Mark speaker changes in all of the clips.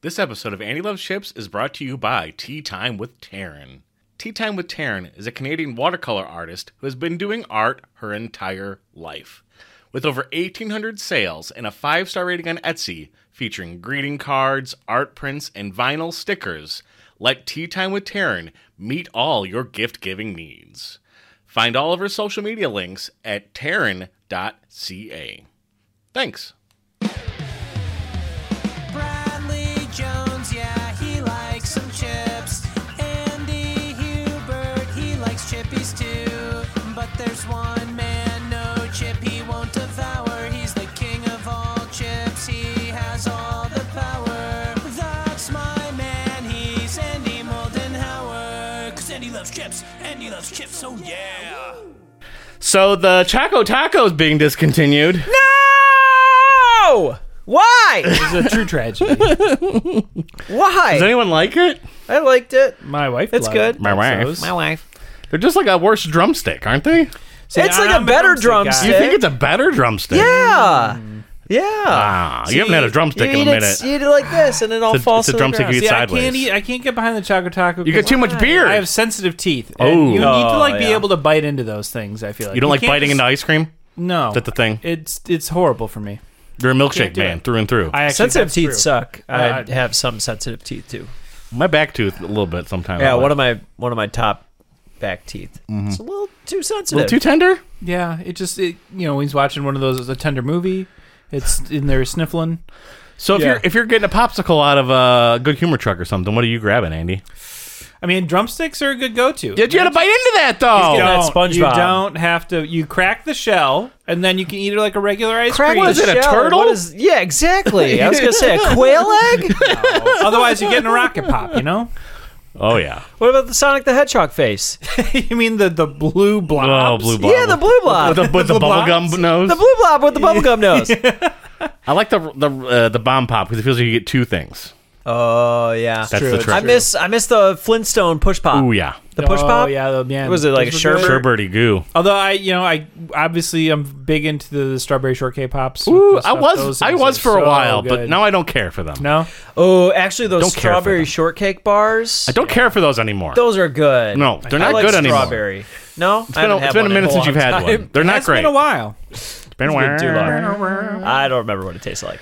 Speaker 1: This episode of Andy Loves Ships is brought to you by Tea Time with Taryn. Tea Time with Taryn is a Canadian watercolor artist who has been doing art her entire life. With over 1,800 sales and a five star rating on Etsy, featuring greeting cards, art prints, and vinyl stickers, let Tea Time with Taryn meet all your gift giving needs. Find all of her social media links at taryn.ca. Thanks.
Speaker 2: Bradley Jones, yeah, he likes some chips. Andy Hubert, he likes chippies too. But there's one man, no chip he won't devour. He's the king of all chips, he has all the power. That's my man, he's Andy Moldenhauer. Cause Andy loves chips, Andy loves chips, oh yeah.
Speaker 1: So the Choco Taco is being discontinued.
Speaker 3: No! Why?
Speaker 4: It's a true tragedy.
Speaker 1: Does
Speaker 3: Why?
Speaker 1: anyone like it?
Speaker 3: I liked it.
Speaker 4: My wife.
Speaker 3: It's
Speaker 4: loved
Speaker 3: good.
Speaker 1: My wife.
Speaker 4: those.
Speaker 3: wife.
Speaker 1: They're just like a worse drumstick, aren't they?
Speaker 4: See,
Speaker 3: It's like
Speaker 4: I'm
Speaker 3: a better
Speaker 1: You
Speaker 3: drumstick.
Speaker 1: think it's a better drumstick?
Speaker 3: Yeah. Yeah.
Speaker 1: Ah, you haven't had a drumstick
Speaker 3: you
Speaker 1: in a
Speaker 3: eat it-
Speaker 1: minute.
Speaker 3: you eat it like this, and it all
Speaker 1: It's a- it's
Speaker 3: falls
Speaker 1: a
Speaker 3: to
Speaker 1: drumstick
Speaker 3: the ground.
Speaker 1: you
Speaker 4: See, I
Speaker 1: sideways.
Speaker 4: can't eat. I can't get behind the choco taco.
Speaker 1: You
Speaker 4: 'cause
Speaker 1: got too much beer.
Speaker 4: I have sensitive teeth.
Speaker 1: Oh.
Speaker 4: and you need
Speaker 3: Oh,
Speaker 4: to like be
Speaker 3: yeah.
Speaker 4: able to bite into those things. I feel like
Speaker 1: you don't like
Speaker 4: can't
Speaker 1: biting
Speaker 4: just-
Speaker 1: into ice cream?
Speaker 4: No,
Speaker 1: That's the thing.
Speaker 4: It's it's horrible for me.
Speaker 1: You're a milkshake
Speaker 4: Can't do
Speaker 1: man
Speaker 4: it.
Speaker 1: through and through.
Speaker 4: I actually,
Speaker 3: sensitive
Speaker 4: that's
Speaker 3: teeth
Speaker 4: true.
Speaker 3: suck. I
Speaker 4: I-
Speaker 3: have some sensitive teeth too.
Speaker 1: my back tooth a little bit sometimes.
Speaker 3: Yeah, one
Speaker 1: Oh, what
Speaker 3: of my one of my top back teeth. It's a little too sensitive.
Speaker 1: little too tender?
Speaker 4: Yeah, it just it, you know he's watching one of those it's a tender movie. It's in there sniffling.
Speaker 1: So if
Speaker 4: Yeah.
Speaker 1: you're if you're getting a popsicle out of a good humor truck or something, what are you grabbing, Andy?
Speaker 4: I mean, drumsticks are a good go-to.
Speaker 1: Did you gotta bite into that though?
Speaker 4: You
Speaker 3: that
Speaker 4: don't- You
Speaker 3: SpongeBob.
Speaker 4: don't have to. You crack the shell, and then you can eat it like a regular ice
Speaker 3: Crack
Speaker 4: cream.
Speaker 3: the
Speaker 1: What is it, a
Speaker 3: shell.
Speaker 1: turtle?
Speaker 3: What is- yeah, exactly. I was gonna say a quail egg.
Speaker 4: Otherwise, you're getting a rocket pop. You know.
Speaker 1: Oh yeah.
Speaker 3: What about the Sonic the Hedgehog face?
Speaker 4: you mean the the blue
Speaker 1: Oh
Speaker 4: blobs?
Speaker 1: blue blob.
Speaker 3: yeah, the blue blob.
Speaker 1: with the, with the,
Speaker 4: The
Speaker 1: bubble
Speaker 4: blobs?
Speaker 1: gum nose.
Speaker 3: The blue blob with the bubblegum nose.
Speaker 1: I like the the uh, the bomb pop because it feels like you get two things.
Speaker 3: Oh yeah.
Speaker 1: That's
Speaker 4: true,
Speaker 1: the
Speaker 4: it's
Speaker 3: I
Speaker 1: trick.
Speaker 3: miss I miss the Flintstone push pop.
Speaker 1: Ooh yeah.
Speaker 3: The push pop?
Speaker 4: Oh, yeah, the, yeah.
Speaker 3: Was it like
Speaker 4: Those
Speaker 3: a
Speaker 4: were good.
Speaker 3: sherbet?
Speaker 1: Sherberty goo.
Speaker 4: Although I, you know, I obviously I'm big into the strawberry shortcake pops.
Speaker 1: Ooh,
Speaker 4: Those
Speaker 1: I
Speaker 4: stuff-
Speaker 1: was
Speaker 4: those
Speaker 1: I
Speaker 4: things
Speaker 1: was
Speaker 4: are
Speaker 1: for a
Speaker 4: so
Speaker 1: while, but
Speaker 4: good.
Speaker 1: now I don't care for them.
Speaker 4: no.
Speaker 3: Oh, actually those
Speaker 1: Don't care for
Speaker 3: strawberry
Speaker 1: them.
Speaker 3: shortcake bars.
Speaker 1: I don't care for those anymore.
Speaker 3: Those are good.
Speaker 1: No, they're
Speaker 3: I
Speaker 1: not
Speaker 3: like
Speaker 1: good anymore.
Speaker 3: strawberry. No,
Speaker 1: It's been, a, it's been a minute since you've had one. They're not
Speaker 4: It's
Speaker 1: great.
Speaker 4: been a while.
Speaker 1: Been a
Speaker 3: It's been too
Speaker 1: while.
Speaker 3: long. I don't remember what it tastes like,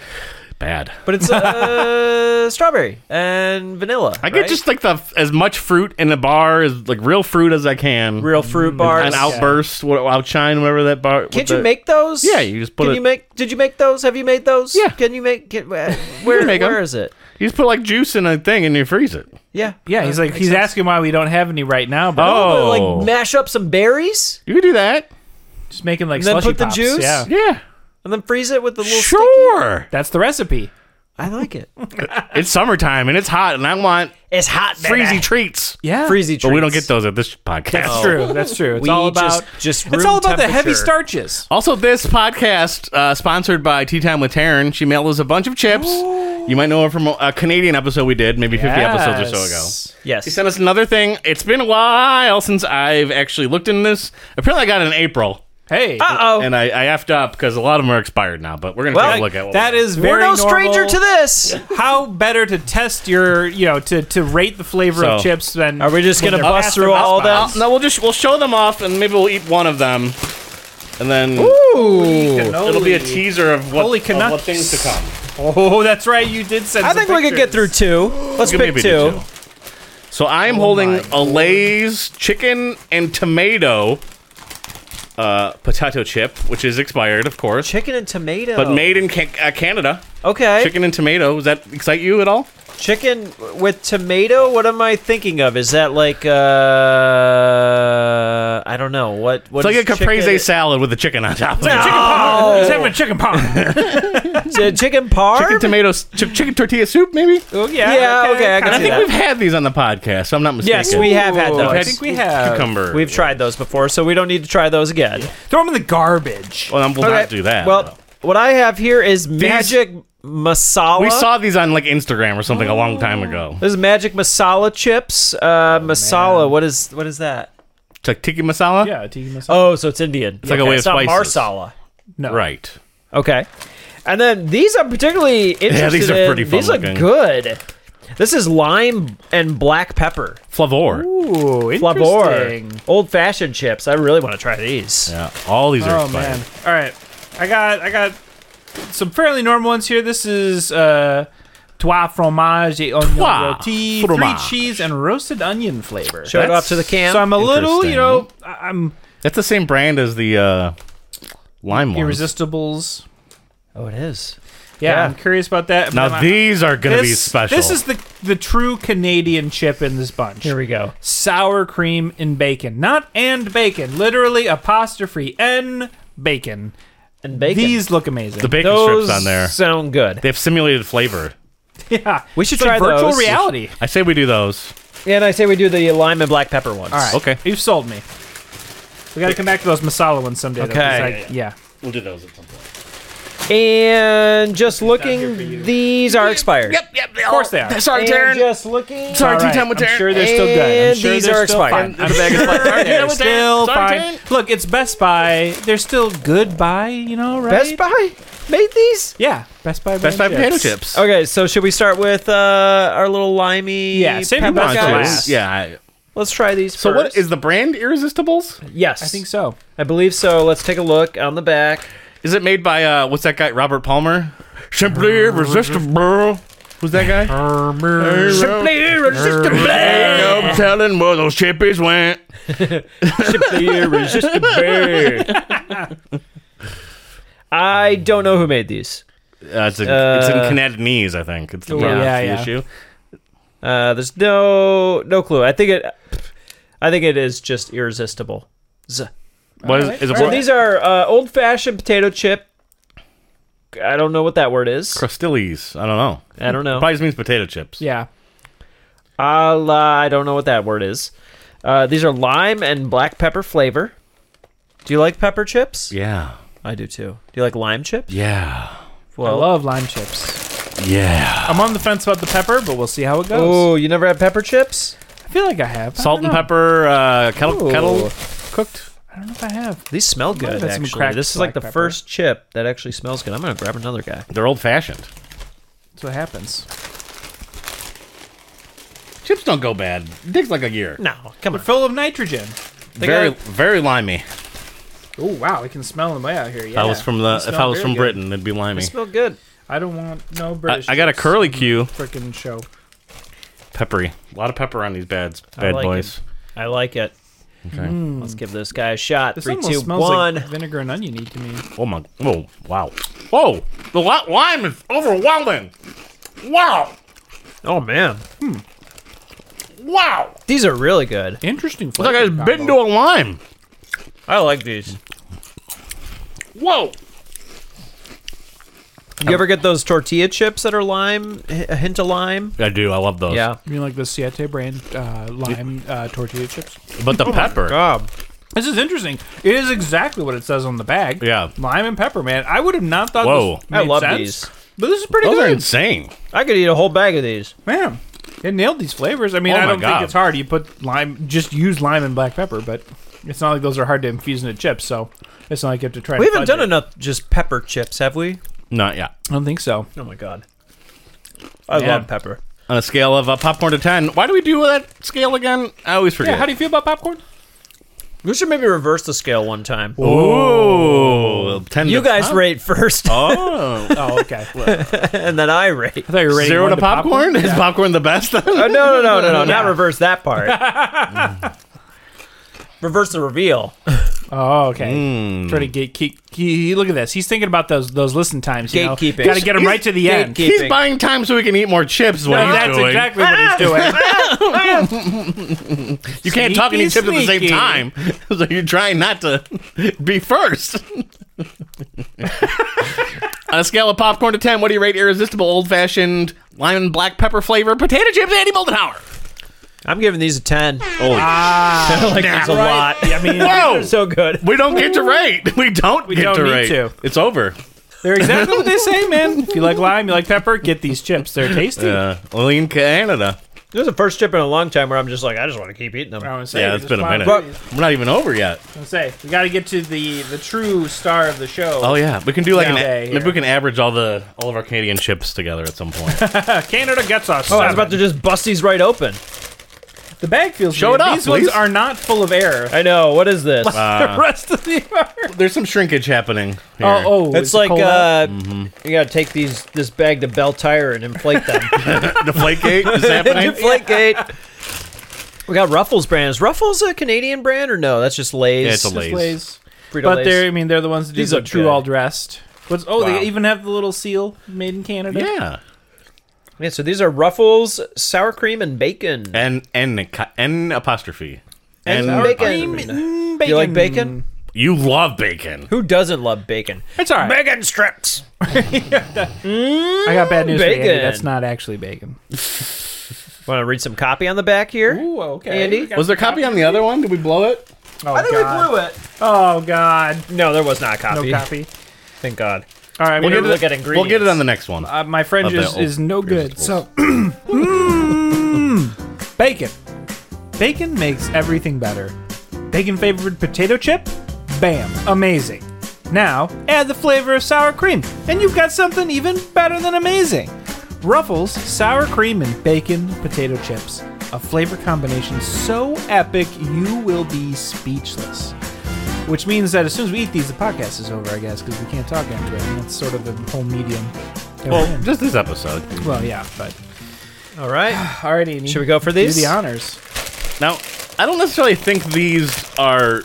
Speaker 1: Bad.
Speaker 3: but it's uh, strawberry and vanilla.
Speaker 1: I get
Speaker 3: right?
Speaker 1: just like the as much fruit in a bar as like real fruit as I can.
Speaker 3: real fruit bars.
Speaker 1: Mm, an outburst, what outshine, whatever that bar.
Speaker 3: Can't you make those?
Speaker 1: Yeah, you just put
Speaker 3: Can
Speaker 1: it-
Speaker 3: you make? Did you make those? Have you made those?
Speaker 1: Yeah.
Speaker 3: Can you make? Can, uh, where
Speaker 1: make 'em.
Speaker 3: where is it?
Speaker 1: You just put like juice in a thing and you freeze it.
Speaker 3: Yeah.
Speaker 4: Yeah, he's
Speaker 3: Uh,
Speaker 4: like
Speaker 3: makes
Speaker 4: he's
Speaker 3: sense.
Speaker 4: asking why we don't have any right now, but
Speaker 1: Oh.
Speaker 3: But, like mash up some berries
Speaker 1: You could do that.
Speaker 4: just making like
Speaker 3: And then
Speaker 4: slushy
Speaker 3: put the
Speaker 4: pops.
Speaker 3: juice?
Speaker 4: Yeah,
Speaker 1: Yeah,
Speaker 3: and then freeze it with the little.
Speaker 1: sure.
Speaker 4: that's the recipe.
Speaker 3: I like it.
Speaker 1: It's summertime and it's hot, and I want
Speaker 3: It's hot, baby.
Speaker 1: freezy treats.
Speaker 4: Yeah,
Speaker 3: Freezy.
Speaker 1: But we don't
Speaker 3: treats.
Speaker 1: get those at this podcast.
Speaker 4: That's true. That's true. It's
Speaker 3: We
Speaker 4: all
Speaker 3: just-
Speaker 4: about
Speaker 3: just
Speaker 4: it's
Speaker 3: room
Speaker 4: all about the
Speaker 3: temperature.
Speaker 4: heavy starches.
Speaker 1: Also, this podcast uh, sponsored by Tea Time with Taryn. She mailed us a bunch of chips. You might know her from a Canadian episode we did, maybe 50 episodes or so ago.
Speaker 4: Yes.
Speaker 3: Yes.
Speaker 1: He sent us another thing. It's been a while since I've actually looked in this. Apparently, I got it in April,
Speaker 4: Hey,
Speaker 3: Uh oh.
Speaker 1: and I, I effed up because a lot of them are expired now. But we're gonna
Speaker 3: Well,
Speaker 1: take a look at what
Speaker 4: that
Speaker 1: we-
Speaker 4: is very
Speaker 3: We're no stranger
Speaker 4: normal.
Speaker 3: to this.
Speaker 4: How better to test your, you know, to, to rate the flavor of
Speaker 1: So-
Speaker 4: chips than
Speaker 3: Are we just
Speaker 4: when
Speaker 3: gonna
Speaker 4: they're
Speaker 3: bust
Speaker 4: past
Speaker 3: through
Speaker 4: their
Speaker 3: all
Speaker 4: best
Speaker 3: that?
Speaker 4: buys?
Speaker 1: No, we'll just we'll show them off, and maybe we'll eat one of them, and then
Speaker 4: Cannoli.
Speaker 1: it'll be a teaser of what,
Speaker 4: Holy
Speaker 1: of what
Speaker 4: canucks.
Speaker 1: things to come.
Speaker 4: Oh, that's right. You did send.
Speaker 3: I
Speaker 4: some
Speaker 3: think we could get through
Speaker 4: pictures.
Speaker 3: two. Let's
Speaker 1: Give me a
Speaker 3: pick
Speaker 1: video,
Speaker 3: two.
Speaker 1: too. So I am holding a Lay's chicken and tomato uh, potato chip, which is expired, of course,
Speaker 3: Chicken and tomato.
Speaker 1: but made in can- uh, Canada.
Speaker 3: Okay.
Speaker 1: Chicken and tomato. Does that excite you at all?
Speaker 3: Chicken with tomato? What am I thinking of? Is that like uh I don't know. What what
Speaker 1: It's like
Speaker 3: is
Speaker 1: a caprese
Speaker 3: chicken?
Speaker 1: salad with a chicken on top.
Speaker 4: Chicken
Speaker 3: Oh.
Speaker 4: parm. Let's have Oh. a chicken parm.
Speaker 3: Uh, chicken parm?
Speaker 1: Chicken tomato, s- ch- chicken tortilla soup, maybe.
Speaker 4: oh yeah.
Speaker 3: Yeah, okay, I can
Speaker 1: I
Speaker 3: see
Speaker 1: think
Speaker 3: that.
Speaker 1: we've had these on the podcast. So I'm not mistaken.
Speaker 3: Yes, we have had
Speaker 4: Ooh,
Speaker 3: those.
Speaker 1: We've
Speaker 4: I
Speaker 1: had
Speaker 4: think we have.
Speaker 1: cucumber.
Speaker 3: We've tried those before, so we don't need to try those again.
Speaker 4: Throw them in the garbage.
Speaker 1: Well, then we'll
Speaker 3: Okay.
Speaker 1: not do that.
Speaker 3: Well, what I have here is magic masala.
Speaker 1: we saw these on like Instagram or something a long time ago.
Speaker 3: This is magic masala chips. Uh, masala. What is what is that?
Speaker 1: It's like tiki masala.
Speaker 4: Yeah, tiki masala.
Speaker 3: Oh, so it's Indian. It's
Speaker 1: like a way
Speaker 3: it's
Speaker 1: of
Speaker 3: not
Speaker 1: spices.
Speaker 3: marsala.
Speaker 4: no.
Speaker 1: Right.
Speaker 3: Okay. And then these I'm particularly interested
Speaker 1: these are
Speaker 3: in.
Speaker 1: pretty
Speaker 3: these look
Speaker 1: fun-looking.
Speaker 3: good. This is lime and black pepper.
Speaker 1: Flavor.
Speaker 4: Ooh, interesting.
Speaker 3: Flavor. Old fashioned chips. I really want to try these.
Speaker 1: Yeah, all these are
Speaker 4: Oh
Speaker 1: expired.
Speaker 4: man! All right, I got I got some fairly normal ones here. This is uh, trois fromage et oignon
Speaker 1: Trois
Speaker 4: rôti,
Speaker 1: fromage.
Speaker 4: three cheese and roasted onion flavor.
Speaker 3: Show it
Speaker 1: That's-
Speaker 3: off to the camp.
Speaker 4: so I'm a little, you
Speaker 1: Interesting.
Speaker 4: know, I- I'm
Speaker 1: That's the same brand as the uh, lime ones.
Speaker 4: irresistibles.
Speaker 3: oh, it is.
Speaker 4: Yeah,
Speaker 3: Yeah.
Speaker 4: I'm curious about that. But
Speaker 1: Now
Speaker 4: I'm-
Speaker 1: these are gonna be
Speaker 4: this-
Speaker 1: special.
Speaker 4: This is the the true Canadian chip in this bunch.
Speaker 3: Here we go.
Speaker 4: Sour cream and bacon, not and bacon. Literally apostrophe n bacon.
Speaker 3: And bacon.
Speaker 4: These look amazing.
Speaker 1: the bacon
Speaker 3: Those
Speaker 1: strips on there.
Speaker 3: sound good.
Speaker 1: They've simulated flavor.
Speaker 4: yeah,
Speaker 3: We should
Speaker 4: It's like
Speaker 3: try
Speaker 4: virtual
Speaker 3: those.
Speaker 4: reality.
Speaker 1: I say we do those.
Speaker 3: Yeah, and I say we do the lime and black pepper ones.
Speaker 4: All right.
Speaker 1: Okay.
Speaker 4: You've sold me. We got to come back to those masala ones someday. though, 'cause
Speaker 3: Okay.
Speaker 4: I- yeah.
Speaker 1: We'll do those at some point.
Speaker 3: And just looking, these are expired.
Speaker 1: Yep, yep. Of
Speaker 4: course they are.
Speaker 1: Sorry,
Speaker 3: And
Speaker 1: Taryn.
Speaker 3: just looking.
Speaker 1: Sorry,
Speaker 4: All
Speaker 1: tea
Speaker 4: right,
Speaker 1: time with
Speaker 4: I'm
Speaker 1: Taryn.
Speaker 4: sure they're still good. I'm
Speaker 3: And
Speaker 4: sure
Speaker 3: these
Speaker 4: they're
Speaker 3: are
Speaker 4: still
Speaker 3: expired.
Speaker 4: fine.
Speaker 1: The bag is like, "Sorry, Taryn,
Speaker 4: They're
Speaker 1: with Taryn.
Speaker 4: still
Speaker 1: Sorry,
Speaker 4: fine.
Speaker 1: Taryn."
Speaker 4: Look, it's Best Buy. They're still good buy, you know, right?
Speaker 3: Best Buy made these?
Speaker 4: Yeah, Best Buy.
Speaker 1: Best Buy
Speaker 4: brand
Speaker 1: potato
Speaker 4: chips.
Speaker 1: chips.
Speaker 3: Okay, so should we start with uh, our little limey?
Speaker 4: Yeah, save your
Speaker 3: pepper
Speaker 4: best
Speaker 3: guys?
Speaker 4: for last.
Speaker 1: Yeah. I-
Speaker 3: Let's try these
Speaker 1: So
Speaker 3: first.
Speaker 1: what is the brand Irresistibles?
Speaker 3: Yes.
Speaker 4: I think so.
Speaker 3: I believe so. Let's take a look on the back.
Speaker 1: Is it made by uh what's that guy Robert Palmer? Simply irresistible. Who's that guy?
Speaker 3: Simply irresistible.
Speaker 1: no telling where those chippies went.
Speaker 3: Simply irresistible. I don't know who made these.
Speaker 1: Uh, it's, in it's in
Speaker 3: Uh,
Speaker 1: Canadianese, I think. It's the,
Speaker 4: Yeah,
Speaker 1: problem, it's the
Speaker 4: yeah.
Speaker 1: issue.
Speaker 3: Uh, there's no no clue. I think it. I think it is just irresistible. Z.
Speaker 1: What is,
Speaker 4: right.
Speaker 1: is it?
Speaker 3: So
Speaker 1: what-
Speaker 3: these are uh, old-fashioned potato chip. I don't know what that word is.
Speaker 1: Crustilles. I don't know.
Speaker 3: I don't know.
Speaker 1: Probably just means potato chips.
Speaker 4: Yeah.
Speaker 3: A la, I don't know what that word is. Uh, these are lime and black pepper flavor. Do you like pepper chips?
Speaker 1: Yeah.
Speaker 3: I do too. Do you like lime chips?
Speaker 1: Yeah.
Speaker 4: I
Speaker 3: Well,
Speaker 4: love lime chips.
Speaker 1: Yeah.
Speaker 4: I'm on the fence about the pepper, but we'll see how it goes.
Speaker 3: oh, you never had pepper chips?
Speaker 4: I feel like I have. I
Speaker 1: Oh. Salt
Speaker 4: don't
Speaker 1: and
Speaker 4: know.
Speaker 1: pepper, uh, kettle,
Speaker 3: Ooh.
Speaker 1: kettle cooked.
Speaker 4: I don't know if I have.
Speaker 3: These smell
Speaker 4: have
Speaker 3: good.
Speaker 4: had some
Speaker 3: Actually,
Speaker 4: cracked
Speaker 3: this is like
Speaker 4: black
Speaker 3: the
Speaker 4: pepper.
Speaker 3: first chip that actually smells good. I'm gonna grab another guy.
Speaker 1: They're old fashioned.
Speaker 4: That's what happens.
Speaker 1: Chips don't go bad. Digs like a year.
Speaker 3: No, come on.
Speaker 4: Full of nitrogen.
Speaker 3: They
Speaker 1: very,
Speaker 3: got-
Speaker 1: very limey. If
Speaker 4: Oh wow, I can smell them way out here. Yeah.
Speaker 1: I was from
Speaker 4: They
Speaker 1: the, if
Speaker 4: smell
Speaker 1: I was
Speaker 4: very
Speaker 1: from
Speaker 4: good.
Speaker 1: Britain, it'd be limey.
Speaker 3: They smell good.
Speaker 4: I don't want no
Speaker 1: I,
Speaker 4: British.
Speaker 1: I got a
Speaker 4: chips.
Speaker 1: curly Q,
Speaker 4: Frickin' show.
Speaker 1: peppery. A lot of pepper on these bads,
Speaker 3: I
Speaker 1: bad
Speaker 3: like
Speaker 1: boys.
Speaker 3: It. I like it.
Speaker 1: Okay.
Speaker 3: Let's give this guy a shot.
Speaker 4: Hmm. This
Speaker 3: Three,
Speaker 4: almost
Speaker 3: two,
Speaker 4: smells
Speaker 3: one.
Speaker 4: like vinegar and oniony to me.
Speaker 1: Oh my! Oh wow! Whoa! The li- lime is overwhelming. Wow!
Speaker 3: Oh man,
Speaker 1: Wow!
Speaker 3: these are really good.
Speaker 4: Interesting
Speaker 1: It's like I
Speaker 4: flavor.
Speaker 1: just bit into
Speaker 4: combo.
Speaker 1: a lime.
Speaker 3: I like these.
Speaker 1: Whoa!
Speaker 3: You ever get those tortilla chips that are lime, a hint of lime?
Speaker 1: I do. I love those.
Speaker 3: Yeah.
Speaker 4: You mean like the Siete brand uh, lime uh, tortilla chips?
Speaker 1: But the pepper.
Speaker 3: God.
Speaker 4: This is interesting. It is exactly what it says on the bag.
Speaker 1: Yeah.
Speaker 4: lime and pepper, man. I would have not thought.
Speaker 1: Whoa.
Speaker 4: this
Speaker 3: I
Speaker 4: made
Speaker 3: love
Speaker 4: sense,
Speaker 3: these.
Speaker 4: But this is pretty
Speaker 1: Those are
Speaker 4: good,
Speaker 1: insane.
Speaker 3: I could eat a whole bag of these.
Speaker 4: man. It nailed these flavors. I mean,
Speaker 1: Oh
Speaker 4: I
Speaker 1: my
Speaker 4: don't
Speaker 1: God.
Speaker 4: think it's hard. You put lime, just use lime and black pepper, but it's not like those are hard to infuse into chips. So it's not like you have to try.
Speaker 3: We
Speaker 4: to
Speaker 3: haven't
Speaker 4: fudge
Speaker 3: done
Speaker 4: it.
Speaker 3: enough just pepper chips, have we?
Speaker 1: Not yeah.
Speaker 4: I don't think so.
Speaker 3: Oh my god. I
Speaker 4: Yeah.
Speaker 3: love pepper.
Speaker 1: On a scale of uh, popcorn to ten, why do we do that scale again? I always forget.
Speaker 4: Yeah. How do you feel about popcorn?
Speaker 3: We should maybe reverse the scale one time.
Speaker 1: Ooh, ten.
Speaker 3: You
Speaker 1: to-
Speaker 3: guys rate first,
Speaker 1: Oh.
Speaker 4: Oh, okay. I
Speaker 3: and then I rate.
Speaker 4: thought you were rating
Speaker 1: Zero
Speaker 4: one
Speaker 1: to popcorn? Is popcorn the best?
Speaker 3: Oh, no, no, no, no, no! Not reverse that part. reverse the reveal.
Speaker 4: Oh, okay.
Speaker 1: Hmm.
Speaker 4: Try to gate keep, keep- Look at this. He's thinking about those those listen times. You
Speaker 3: Gatekeeping.
Speaker 4: Got to get him right to the end.
Speaker 3: Gatekeep-
Speaker 1: He's
Speaker 3: Keeping.
Speaker 1: buying time so he can eat more chips. Is what
Speaker 4: No,
Speaker 1: he's
Speaker 4: that's
Speaker 1: doing.
Speaker 4: exactly what he's doing.
Speaker 1: You can't talk and eat chips
Speaker 4: Sneaky,
Speaker 1: at the same
Speaker 4: sneaky.
Speaker 1: time, so you're trying not to be first. On a scale of popcorn to ten, what do you rate irresistible old-fashioned lime and black pepper flavor potato chips, Andy Moldenhauer?
Speaker 3: I'm giving these a ten.
Speaker 1: Holy
Speaker 4: Ah,
Speaker 3: I like these a lot.
Speaker 4: I mean,
Speaker 1: Whoa!
Speaker 3: They're so good.
Speaker 1: We don't get to rate. We don't get
Speaker 4: don't
Speaker 1: to
Speaker 4: need
Speaker 1: rate.
Speaker 4: to.
Speaker 1: It's over.
Speaker 4: they're exactly what they say, man. If you like lime, you like pepper, get these chips. They're tasty.
Speaker 1: Uh, lean Canada.
Speaker 3: This is the first chip in a long time where I'm just like, I just want to keep eating
Speaker 4: I
Speaker 3: them.
Speaker 4: was
Speaker 1: Yeah, it's
Speaker 4: it's
Speaker 1: been a minute.
Speaker 4: I was
Speaker 1: We're not even over yet.
Speaker 4: gonna say we got to get to the the true star of the show.
Speaker 1: Oh yeah, we can do like
Speaker 4: Yeah.
Speaker 1: an.
Speaker 4: Okay,
Speaker 1: maybe
Speaker 4: yeah.
Speaker 1: we can average all the all of our Canadian chips together at some point.
Speaker 4: Canada gets us.
Speaker 3: Oh, I was about to just bust these right open.
Speaker 4: The bag feels
Speaker 1: Show
Speaker 4: weird.
Speaker 1: it off,
Speaker 4: These
Speaker 1: please.
Speaker 4: ones are not full of air.
Speaker 3: I know. What is this?
Speaker 1: Uh,
Speaker 4: the rest of the are.
Speaker 1: There's some shrinkage happening. Here.
Speaker 4: Oh, oh,
Speaker 3: It's
Speaker 4: is it
Speaker 3: like
Speaker 4: cold out?
Speaker 3: uh,
Speaker 1: Mm-hmm.
Speaker 3: you gotta take these this bag to Bell Tire and inflate them.
Speaker 1: the flake gate is happening.
Speaker 3: inflate gate. We got Ruffles brand. Is Ruffles a Canadian brand or no? That's just Lay's.
Speaker 1: Yeah, it's a Lay's.
Speaker 4: Lays.
Speaker 3: Frito
Speaker 4: But
Speaker 3: Lay's.
Speaker 4: they're, I mean, they're the ones that do
Speaker 3: These
Speaker 4: the
Speaker 3: look
Speaker 4: true
Speaker 3: good.
Speaker 4: all dressed. What's, oh,
Speaker 1: Wow.
Speaker 4: they even have the little seal made in Canada.
Speaker 1: yeah,
Speaker 3: yeah. So these are Ruffles sour cream and bacon.
Speaker 1: and and n apostrophe.
Speaker 3: And
Speaker 1: And
Speaker 3: sour
Speaker 4: Cream
Speaker 3: Bacon.
Speaker 4: mm,
Speaker 3: Do you like bacon?
Speaker 1: you love bacon.
Speaker 3: Who doesn't love bacon?
Speaker 4: It's all right.
Speaker 3: Bacon strips.
Speaker 4: I got bad news for you.
Speaker 3: bacon.
Speaker 4: Andy. That's not actually bacon.
Speaker 3: Want to read some copy on the back here?
Speaker 4: Ooh, okay.
Speaker 3: Andy?
Speaker 1: Was there copy on the other one? Did we blow it?
Speaker 4: Oh,
Speaker 3: I think
Speaker 4: God.
Speaker 3: we blew it.
Speaker 4: Oh, God.
Speaker 3: No, there was not
Speaker 4: No
Speaker 3: copy.
Speaker 4: copy.
Speaker 3: Thank God.
Speaker 4: All right,
Speaker 3: We'll
Speaker 4: we
Speaker 3: get
Speaker 4: need
Speaker 3: it-
Speaker 4: to
Speaker 3: look at
Speaker 1: We'll get it
Speaker 3: ingredients.
Speaker 1: on the next one.
Speaker 4: Uh, my French
Speaker 1: Of the
Speaker 4: is,
Speaker 1: old
Speaker 4: is no good.
Speaker 1: vegetables.
Speaker 4: So, Mm, bacon. Bacon makes everything better. Bacon flavored potato chip? Bam. Amazing. Now, add the flavor of sour cream, and you've got something even better than amazing. Ruffles, sour cream, and bacon potato chips. A flavor combination so epic you will be speechless. Which means that as soon as we eat these, the podcast is over, I guess, because we can't talk after it. And that's sort of the whole medium. that we're
Speaker 1: well,
Speaker 4: in.
Speaker 1: just this episode.
Speaker 4: Well, yeah, but
Speaker 3: All right.
Speaker 4: already. Andy,
Speaker 3: Should we go for
Speaker 4: Do
Speaker 3: these?
Speaker 4: the honors.
Speaker 1: Now, I don't necessarily think these are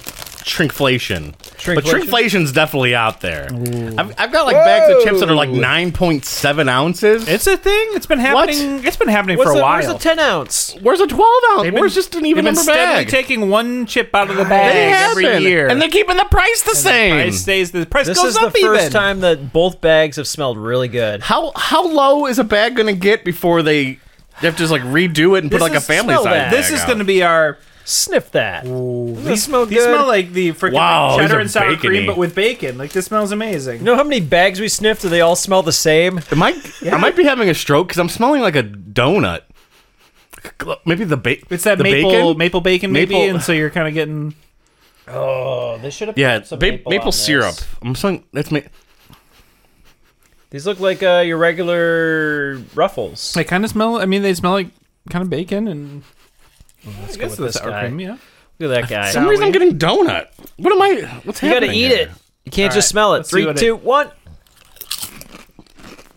Speaker 1: shrinkflation. But
Speaker 3: Shrinkflation?
Speaker 1: shrinkflation's definitely out there. I've, I've got like bags of chips that are like 9.7 ounces.
Speaker 4: It's a thing. It's been happening. It's been happening
Speaker 3: What's
Speaker 4: for a
Speaker 3: the,
Speaker 4: while.
Speaker 3: where's the 10 ounce?
Speaker 1: Where's a 12 ounce?
Speaker 4: They've been-
Speaker 1: Where's just an even
Speaker 4: they've been
Speaker 1: number
Speaker 4: steadily
Speaker 1: bag?
Speaker 4: taking one chip out of the
Speaker 1: they
Speaker 4: bag
Speaker 1: have
Speaker 4: every
Speaker 1: been.
Speaker 4: year,
Speaker 1: And they're keeping the price the same.
Speaker 4: price stays. The price
Speaker 3: This
Speaker 4: goes
Speaker 3: is the
Speaker 4: up
Speaker 3: first
Speaker 4: even.
Speaker 3: time that both bags have smelled really good.
Speaker 1: how how low is a bag going to get before they you have to just like redo it and
Speaker 3: This
Speaker 1: put like a
Speaker 3: is-
Speaker 1: family
Speaker 3: smell
Speaker 1: size?
Speaker 3: that.
Speaker 4: This
Speaker 1: bag
Speaker 4: is
Speaker 1: out?
Speaker 4: going to be our.
Speaker 3: Sniff that. Does that
Speaker 4: These
Speaker 3: smell
Speaker 4: These
Speaker 3: good?
Speaker 4: smell like the freaking
Speaker 1: Wow, these
Speaker 4: cheddar
Speaker 1: are
Speaker 4: and sour cream,
Speaker 1: bacony.
Speaker 4: but with bacon. Like this smells amazing.
Speaker 3: you know how many bags we sniffed? Do they all smell the same?
Speaker 1: Am I, I might be having a stroke because I'm smelling like a donut. Maybe the bacon.
Speaker 4: It's that
Speaker 1: the
Speaker 4: maple
Speaker 1: bacon?
Speaker 4: maple bacon maybe,
Speaker 1: Maple-
Speaker 4: and so you're kind of getting.
Speaker 3: Oh, they should have.
Speaker 1: Yeah,
Speaker 3: put
Speaker 1: it's
Speaker 3: some
Speaker 1: ba- maple,
Speaker 3: on this.
Speaker 1: syrup. I'm saying that's ma-
Speaker 3: These look like uh, your regular Ruffles.
Speaker 4: They kind of smell. I mean, they smell like kind of bacon and. Let's
Speaker 3: go with this
Speaker 4: sour
Speaker 3: guy.
Speaker 4: cream, yeah.
Speaker 3: Look at that guy.
Speaker 1: some reason I'm getting donut. What am I? What's
Speaker 3: you
Speaker 1: happening?
Speaker 3: gotta eat
Speaker 1: here?
Speaker 3: it. You can't just
Speaker 4: right,
Speaker 3: smell it.
Speaker 4: let's see
Speaker 3: Three,
Speaker 4: what it-
Speaker 3: two, one.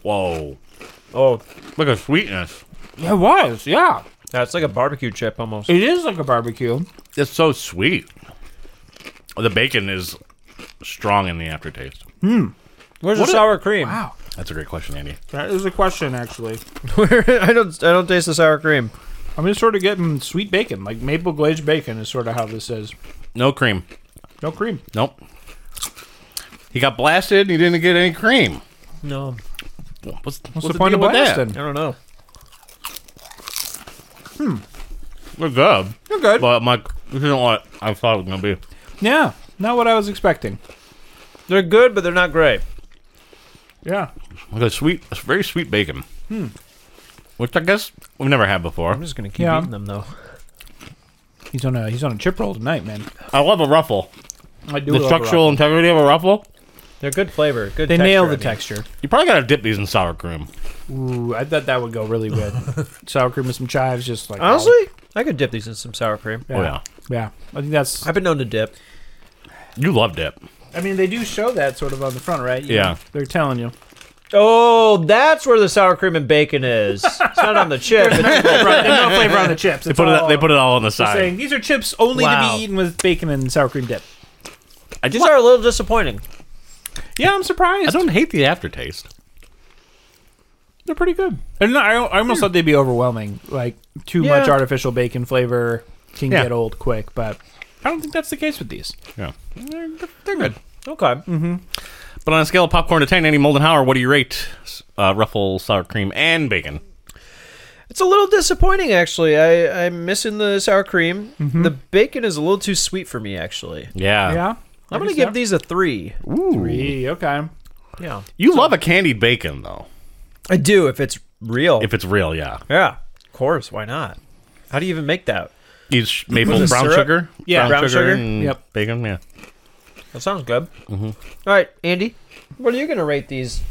Speaker 1: Whoa!
Speaker 3: Oh,
Speaker 1: Look at sweetness.
Speaker 4: It was, yeah.
Speaker 3: that's like a barbecue chip almost.
Speaker 4: It is like a barbecue.
Speaker 1: It's so sweet. The bacon is strong in the aftertaste.
Speaker 3: Where's
Speaker 1: What
Speaker 3: the
Speaker 1: a-
Speaker 3: sour cream?
Speaker 4: Wow.
Speaker 1: That's a great question, Andy.
Speaker 4: That is a question, actually.
Speaker 3: I don't. I don't taste the sour cream.
Speaker 4: I'm just sort of getting sweet bacon, like maple glazed bacon is sort of how this is.
Speaker 1: No cream.
Speaker 4: No cream.
Speaker 1: Nope. He got blasted and he didn't get any cream.
Speaker 3: No,
Speaker 1: What's,
Speaker 4: What's the point
Speaker 1: deal with
Speaker 4: of
Speaker 1: that?
Speaker 3: I
Speaker 4: blasting?
Speaker 3: don't know.
Speaker 1: We're good.
Speaker 4: You're good.
Speaker 1: But I'm like, this isn't what I thought it was going to be.
Speaker 4: yeah, not what I was expecting.
Speaker 3: They're good, but they're not great.
Speaker 4: Yeah.
Speaker 1: Like a sweet, it's very sweet bacon. Hmm. Which I guess we've never had before.
Speaker 3: I'm just gonna keep
Speaker 4: Yeah.
Speaker 3: eating them though.
Speaker 4: He's on a he's on a chip roll tonight, man.
Speaker 1: I love a ruffle.
Speaker 4: I do.
Speaker 1: The
Speaker 4: love
Speaker 1: structural
Speaker 4: Ruffles.
Speaker 1: integrity of a ruffle.
Speaker 3: They're good flavor. Good.
Speaker 4: They
Speaker 3: texture,
Speaker 4: nail
Speaker 3: I
Speaker 4: the
Speaker 3: mean.
Speaker 4: texture.
Speaker 1: You probably got to dip these in sour cream.
Speaker 4: Ooh, I thought that would go really good. Sour cream with some chives, just like
Speaker 3: Honestly, I could dip these in some sour cream.
Speaker 1: Oh, yeah.
Speaker 4: yeah. I think that's.
Speaker 3: I've been known to dip.
Speaker 1: You love dip.
Speaker 4: I mean, they do show that sort of on the front, right? You
Speaker 1: Yeah.
Speaker 4: know, they're telling you.
Speaker 3: Oh, that's where the sour cream and bacon is. it's not on the chip. It's
Speaker 4: Right, there's no flavor on the chips.
Speaker 1: They put, it, they put it all on the side.
Speaker 4: Oh. saying these are chips only
Speaker 3: Wow.
Speaker 4: to be eaten with bacon and sour cream dip.
Speaker 1: I just
Speaker 3: these are a little disappointing.
Speaker 4: Yeah, I'm surprised.
Speaker 1: I don't hate the aftertaste.
Speaker 4: They're pretty good. And I, I almost thought they'd be overwhelming, like too
Speaker 3: Yeah.
Speaker 4: much artificial bacon flavor can
Speaker 1: Yeah.
Speaker 4: get old quick. But I don't think that's the case with these.
Speaker 1: Yeah.
Speaker 4: They're, they're good.
Speaker 3: Okay.
Speaker 1: But on a scale of popcorn to 10, Andy Moldenhauer, what do you rate uh, Ruffle, sour cream, and bacon?
Speaker 3: It's a little disappointing, actually. I, I'm missing the sour cream. The bacon is a little too sweet for me, actually.
Speaker 1: Yeah.
Speaker 4: Yeah,
Speaker 3: I'm going to give these a three.
Speaker 4: three. Okay.
Speaker 3: Yeah.
Speaker 1: You love a candied bacon, though.
Speaker 3: I do if it's real.
Speaker 1: If it's real, yeah.
Speaker 3: yeah. course, why not? How do you even make that?
Speaker 1: You sh- maple
Speaker 3: it
Speaker 1: brown
Speaker 3: syrup?
Speaker 1: sugar?
Speaker 4: Yeah.
Speaker 3: Brown sugar?
Speaker 1: and
Speaker 4: Yep.
Speaker 1: Bacon, yeah.
Speaker 3: That sounds good. All right, Andy, what are you going to rate these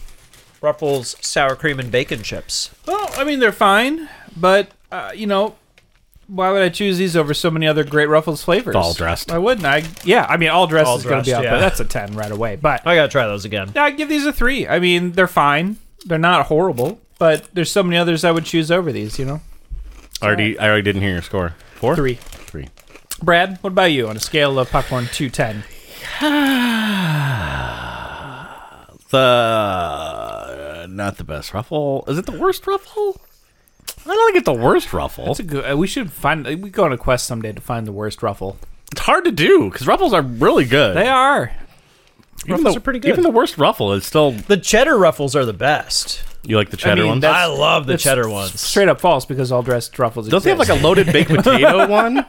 Speaker 3: Ruffles sour cream and bacon chips?
Speaker 4: Well, I mean, they're fine, but uh, you know, why would I choose these over so many other great Ruffles flavors?
Speaker 1: All dressed.
Speaker 4: I wouldn't. I yeah. I mean, all dressed
Speaker 3: All
Speaker 4: is going to be
Speaker 3: dressed,
Speaker 4: up
Speaker 3: yeah.
Speaker 4: there. That's a ten right away. But
Speaker 3: I got to try those again.
Speaker 4: I give these a three. I mean, they're fine. They're not horrible, but there's so many others I would choose over these. You know,
Speaker 1: I already, I already didn't hear your score. Four?
Speaker 4: three.
Speaker 1: Three.
Speaker 4: Brad, what about you on a scale of popcorn to ten?
Speaker 1: The uh, not the best ruffle. Is it the worst ruffle? I don't think it's the worst ruffle.
Speaker 4: That's a good. uh, We should find. We go on a quest someday to find the worst ruffle.
Speaker 1: It's hard to do because ruffles are really good.
Speaker 4: They are.
Speaker 1: even
Speaker 3: ruffles
Speaker 1: the,
Speaker 3: are pretty good.
Speaker 1: Even the worst ruffle is still.
Speaker 3: The cheddar Ruffles are the best.
Speaker 1: You like the cheddar
Speaker 4: mean,
Speaker 1: ones?
Speaker 4: that's-
Speaker 3: I love the
Speaker 4: that's
Speaker 3: cheddar ones.
Speaker 4: Straight up false because all dressed ruffles.
Speaker 1: Don't they have like a loaded baked potato one?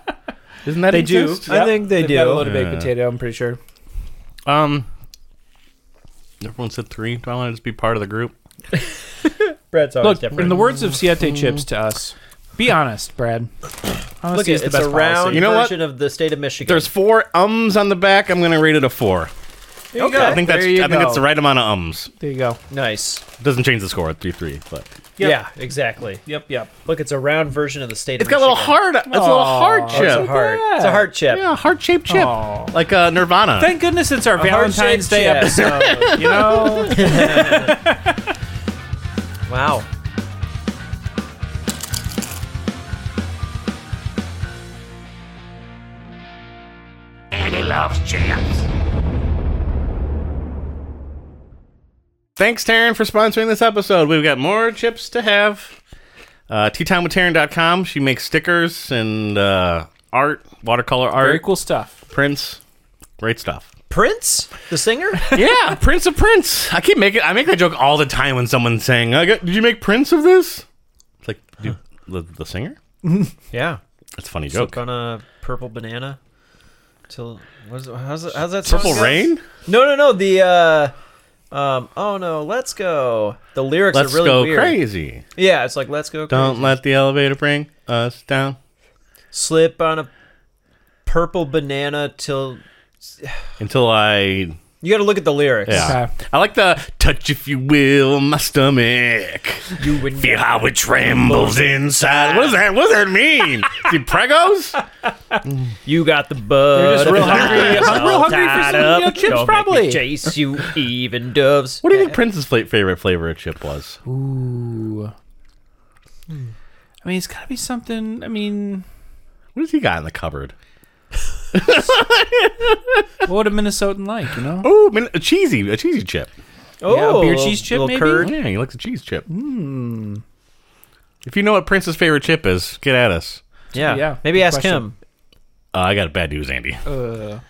Speaker 1: Isn't that
Speaker 4: They do.
Speaker 1: exist?
Speaker 3: I think they
Speaker 4: They've got
Speaker 3: do.
Speaker 4: A loaded baked
Speaker 1: Yeah.
Speaker 4: potato. I'm pretty sure.
Speaker 1: Um, everyone said three. Do I want to just be part of the group?
Speaker 3: Bread's always
Speaker 4: Look, in the words of Siete Chips to us, be honest, Brad.
Speaker 3: Look,
Speaker 4: Honesty
Speaker 3: it's
Speaker 4: is the
Speaker 3: a
Speaker 4: best
Speaker 3: round
Speaker 4: policy.
Speaker 1: You know what?
Speaker 3: version of the state of Michigan.
Speaker 1: There's four ums on the back. I'm gonna rate it a four.
Speaker 4: There you
Speaker 3: Okay.
Speaker 4: go.
Speaker 1: I think that's
Speaker 4: There you
Speaker 1: I think
Speaker 4: go.
Speaker 1: that's the right amount of ums.
Speaker 4: There you go.
Speaker 3: nice.
Speaker 1: Doesn't change the score at three three, but
Speaker 4: Yep.
Speaker 3: Yeah, exactly.
Speaker 4: Yep, yep.
Speaker 3: Look, it's a round version of the state
Speaker 1: it's
Speaker 3: of
Speaker 1: got a
Speaker 3: Michigan.
Speaker 1: little hard. It's a little hard
Speaker 3: Oh,
Speaker 1: chip.
Speaker 3: it's a heart. It's a heart chip.
Speaker 1: Yeah, heart shaped chip,
Speaker 4: Aw.
Speaker 1: like uh, Nirvana.
Speaker 4: Thank goodness it's our Valentine's Day episode.
Speaker 3: episode.
Speaker 4: You know,
Speaker 3: wow.
Speaker 1: Thanks, Taryn, for sponsoring this episode. We've got more chips to have. Uh, TeaTimeWithTaryn.com. She makes stickers and uh, art, watercolor art,
Speaker 4: very cool stuff.
Speaker 1: prints. Great stuff.
Speaker 3: Prince, the singer?
Speaker 1: yeah, Prince of Prince. I keep making. I make that joke all the time when someone's saying, I got, "Did you make Prince of this?" It's like dude, the, the singer.
Speaker 3: yeah.
Speaker 1: That's a funny joke.
Speaker 3: Took on a purple banana. Till what is it, how's, it, how's that? song
Speaker 1: Purple
Speaker 3: go?
Speaker 1: Rain.
Speaker 3: No, no, no. The uh, um, oh no, let's go. The lyrics
Speaker 1: Let's
Speaker 3: are really
Speaker 1: go
Speaker 3: weird.
Speaker 1: crazy.
Speaker 3: Yeah, it's like let's go.
Speaker 1: Don't
Speaker 3: crazy.
Speaker 1: let the elevator bring us down.
Speaker 3: slip on a purple banana till
Speaker 1: Until I,
Speaker 3: you got to look at the lyrics.
Speaker 1: yeah,
Speaker 4: Okay.
Speaker 1: I like the touch, if you will, my stomach.
Speaker 3: You would
Speaker 1: Feel how it trembles inside. What does that? What does that mean? See pregos?
Speaker 3: You got the bud.
Speaker 4: You're just real
Speaker 3: butterflies
Speaker 4: hungry- hung- real
Speaker 3: all
Speaker 4: hungry for
Speaker 3: tied
Speaker 4: some, you know,
Speaker 3: up.
Speaker 4: chips,
Speaker 3: Don't make me
Speaker 4: probably.
Speaker 3: chase you even doves.
Speaker 1: What do you think Prince's fla- favorite flavor of chip was?
Speaker 4: Ooh. Hmm. I mean, it's got to be something. I mean,
Speaker 1: What does he got in the cupboard?
Speaker 4: what would a Minnesotan like? You know,
Speaker 1: Oh, man, a cheesy, a cheesy chip.
Speaker 3: Oh,
Speaker 4: Yeah, a beer
Speaker 3: little-
Speaker 4: cheese chip,
Speaker 3: little
Speaker 4: maybe?
Speaker 3: curd.
Speaker 1: Oh, Yeah, he likes a cheese chip. Hmm. If you know what Prince's favorite chip is, get at us.
Speaker 3: Yeah,
Speaker 4: Yeah,
Speaker 3: maybe
Speaker 4: good
Speaker 3: ask
Speaker 4: question.
Speaker 3: him.
Speaker 1: Uh, I got bad news, Andy.
Speaker 4: uh,